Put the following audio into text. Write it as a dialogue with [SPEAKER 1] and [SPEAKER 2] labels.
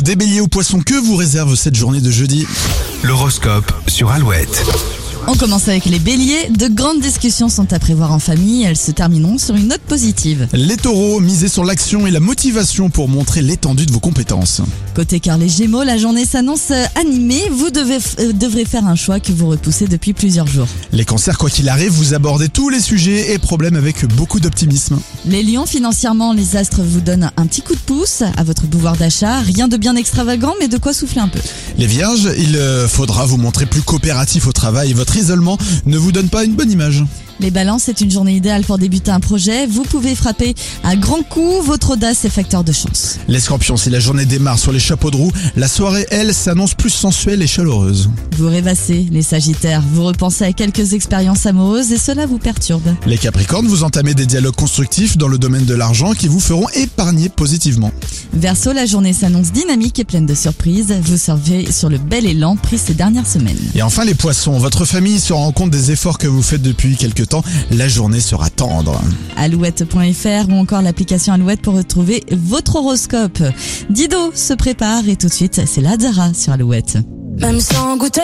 [SPEAKER 1] Des béliers aux poissons, que vous réserve cette journée de jeudi
[SPEAKER 2] L'horoscope sur Alouette.
[SPEAKER 3] On commence avec les béliers. De grandes discussions sont à prévoir en famille. Elles se termineront sur une note positive.
[SPEAKER 1] Les taureaux, misez sur l'action et la motivation pour montrer l'étendue de vos compétences.
[SPEAKER 3] Côté cœur, les gémeaux, la journée s'annonce euh, animée. Vous devez, euh, devrez faire un choix que vous repoussez depuis plusieurs jours.
[SPEAKER 1] Les cancers, quoi qu'il arrive, vous abordez tous les sujets et problèmes avec beaucoup d'optimisme.
[SPEAKER 3] Les lions, financièrement, les astres vous donnent un petit coup de pouce à votre pouvoir d'achat. Rien de bien extravagant, mais de quoi souffler un peu.
[SPEAKER 1] Les vierges, il euh, faudra vous montrer plus coopératif au travail. Votre isolement ne vous donne pas une bonne image.
[SPEAKER 3] Les balances, c'est une journée idéale pour débuter un projet. Vous pouvez frapper à grands coups. Votre audace est facteur de chance.
[SPEAKER 1] Les scorpions, si la journée démarre sur les chapeaux de roue, la soirée, elle, s'annonce plus sensuelle et chaleureuse.
[SPEAKER 3] Vous rêvassez, les sagittaires. Vous repensez à quelques expériences amoureuses et cela vous perturbe.
[SPEAKER 1] Les capricornes, vous entamez des dialogues constructifs dans le domaine de l'argent qui vous feront épargner positivement.
[SPEAKER 3] Verso, la journée s'annonce dynamique et pleine de surprises. Vous servez sur le bel élan pris ces dernières semaines.
[SPEAKER 1] Et enfin les poissons, votre famille se rend compte des efforts que vous faites depuis quelque temps, la journée sera tendre.
[SPEAKER 3] Alouette.fr ou encore l'application Alouette pour retrouver votre horoscope. Dido se prépare et tout de suite, c'est Lazara sur Alouette.
[SPEAKER 4] Même sans goûter,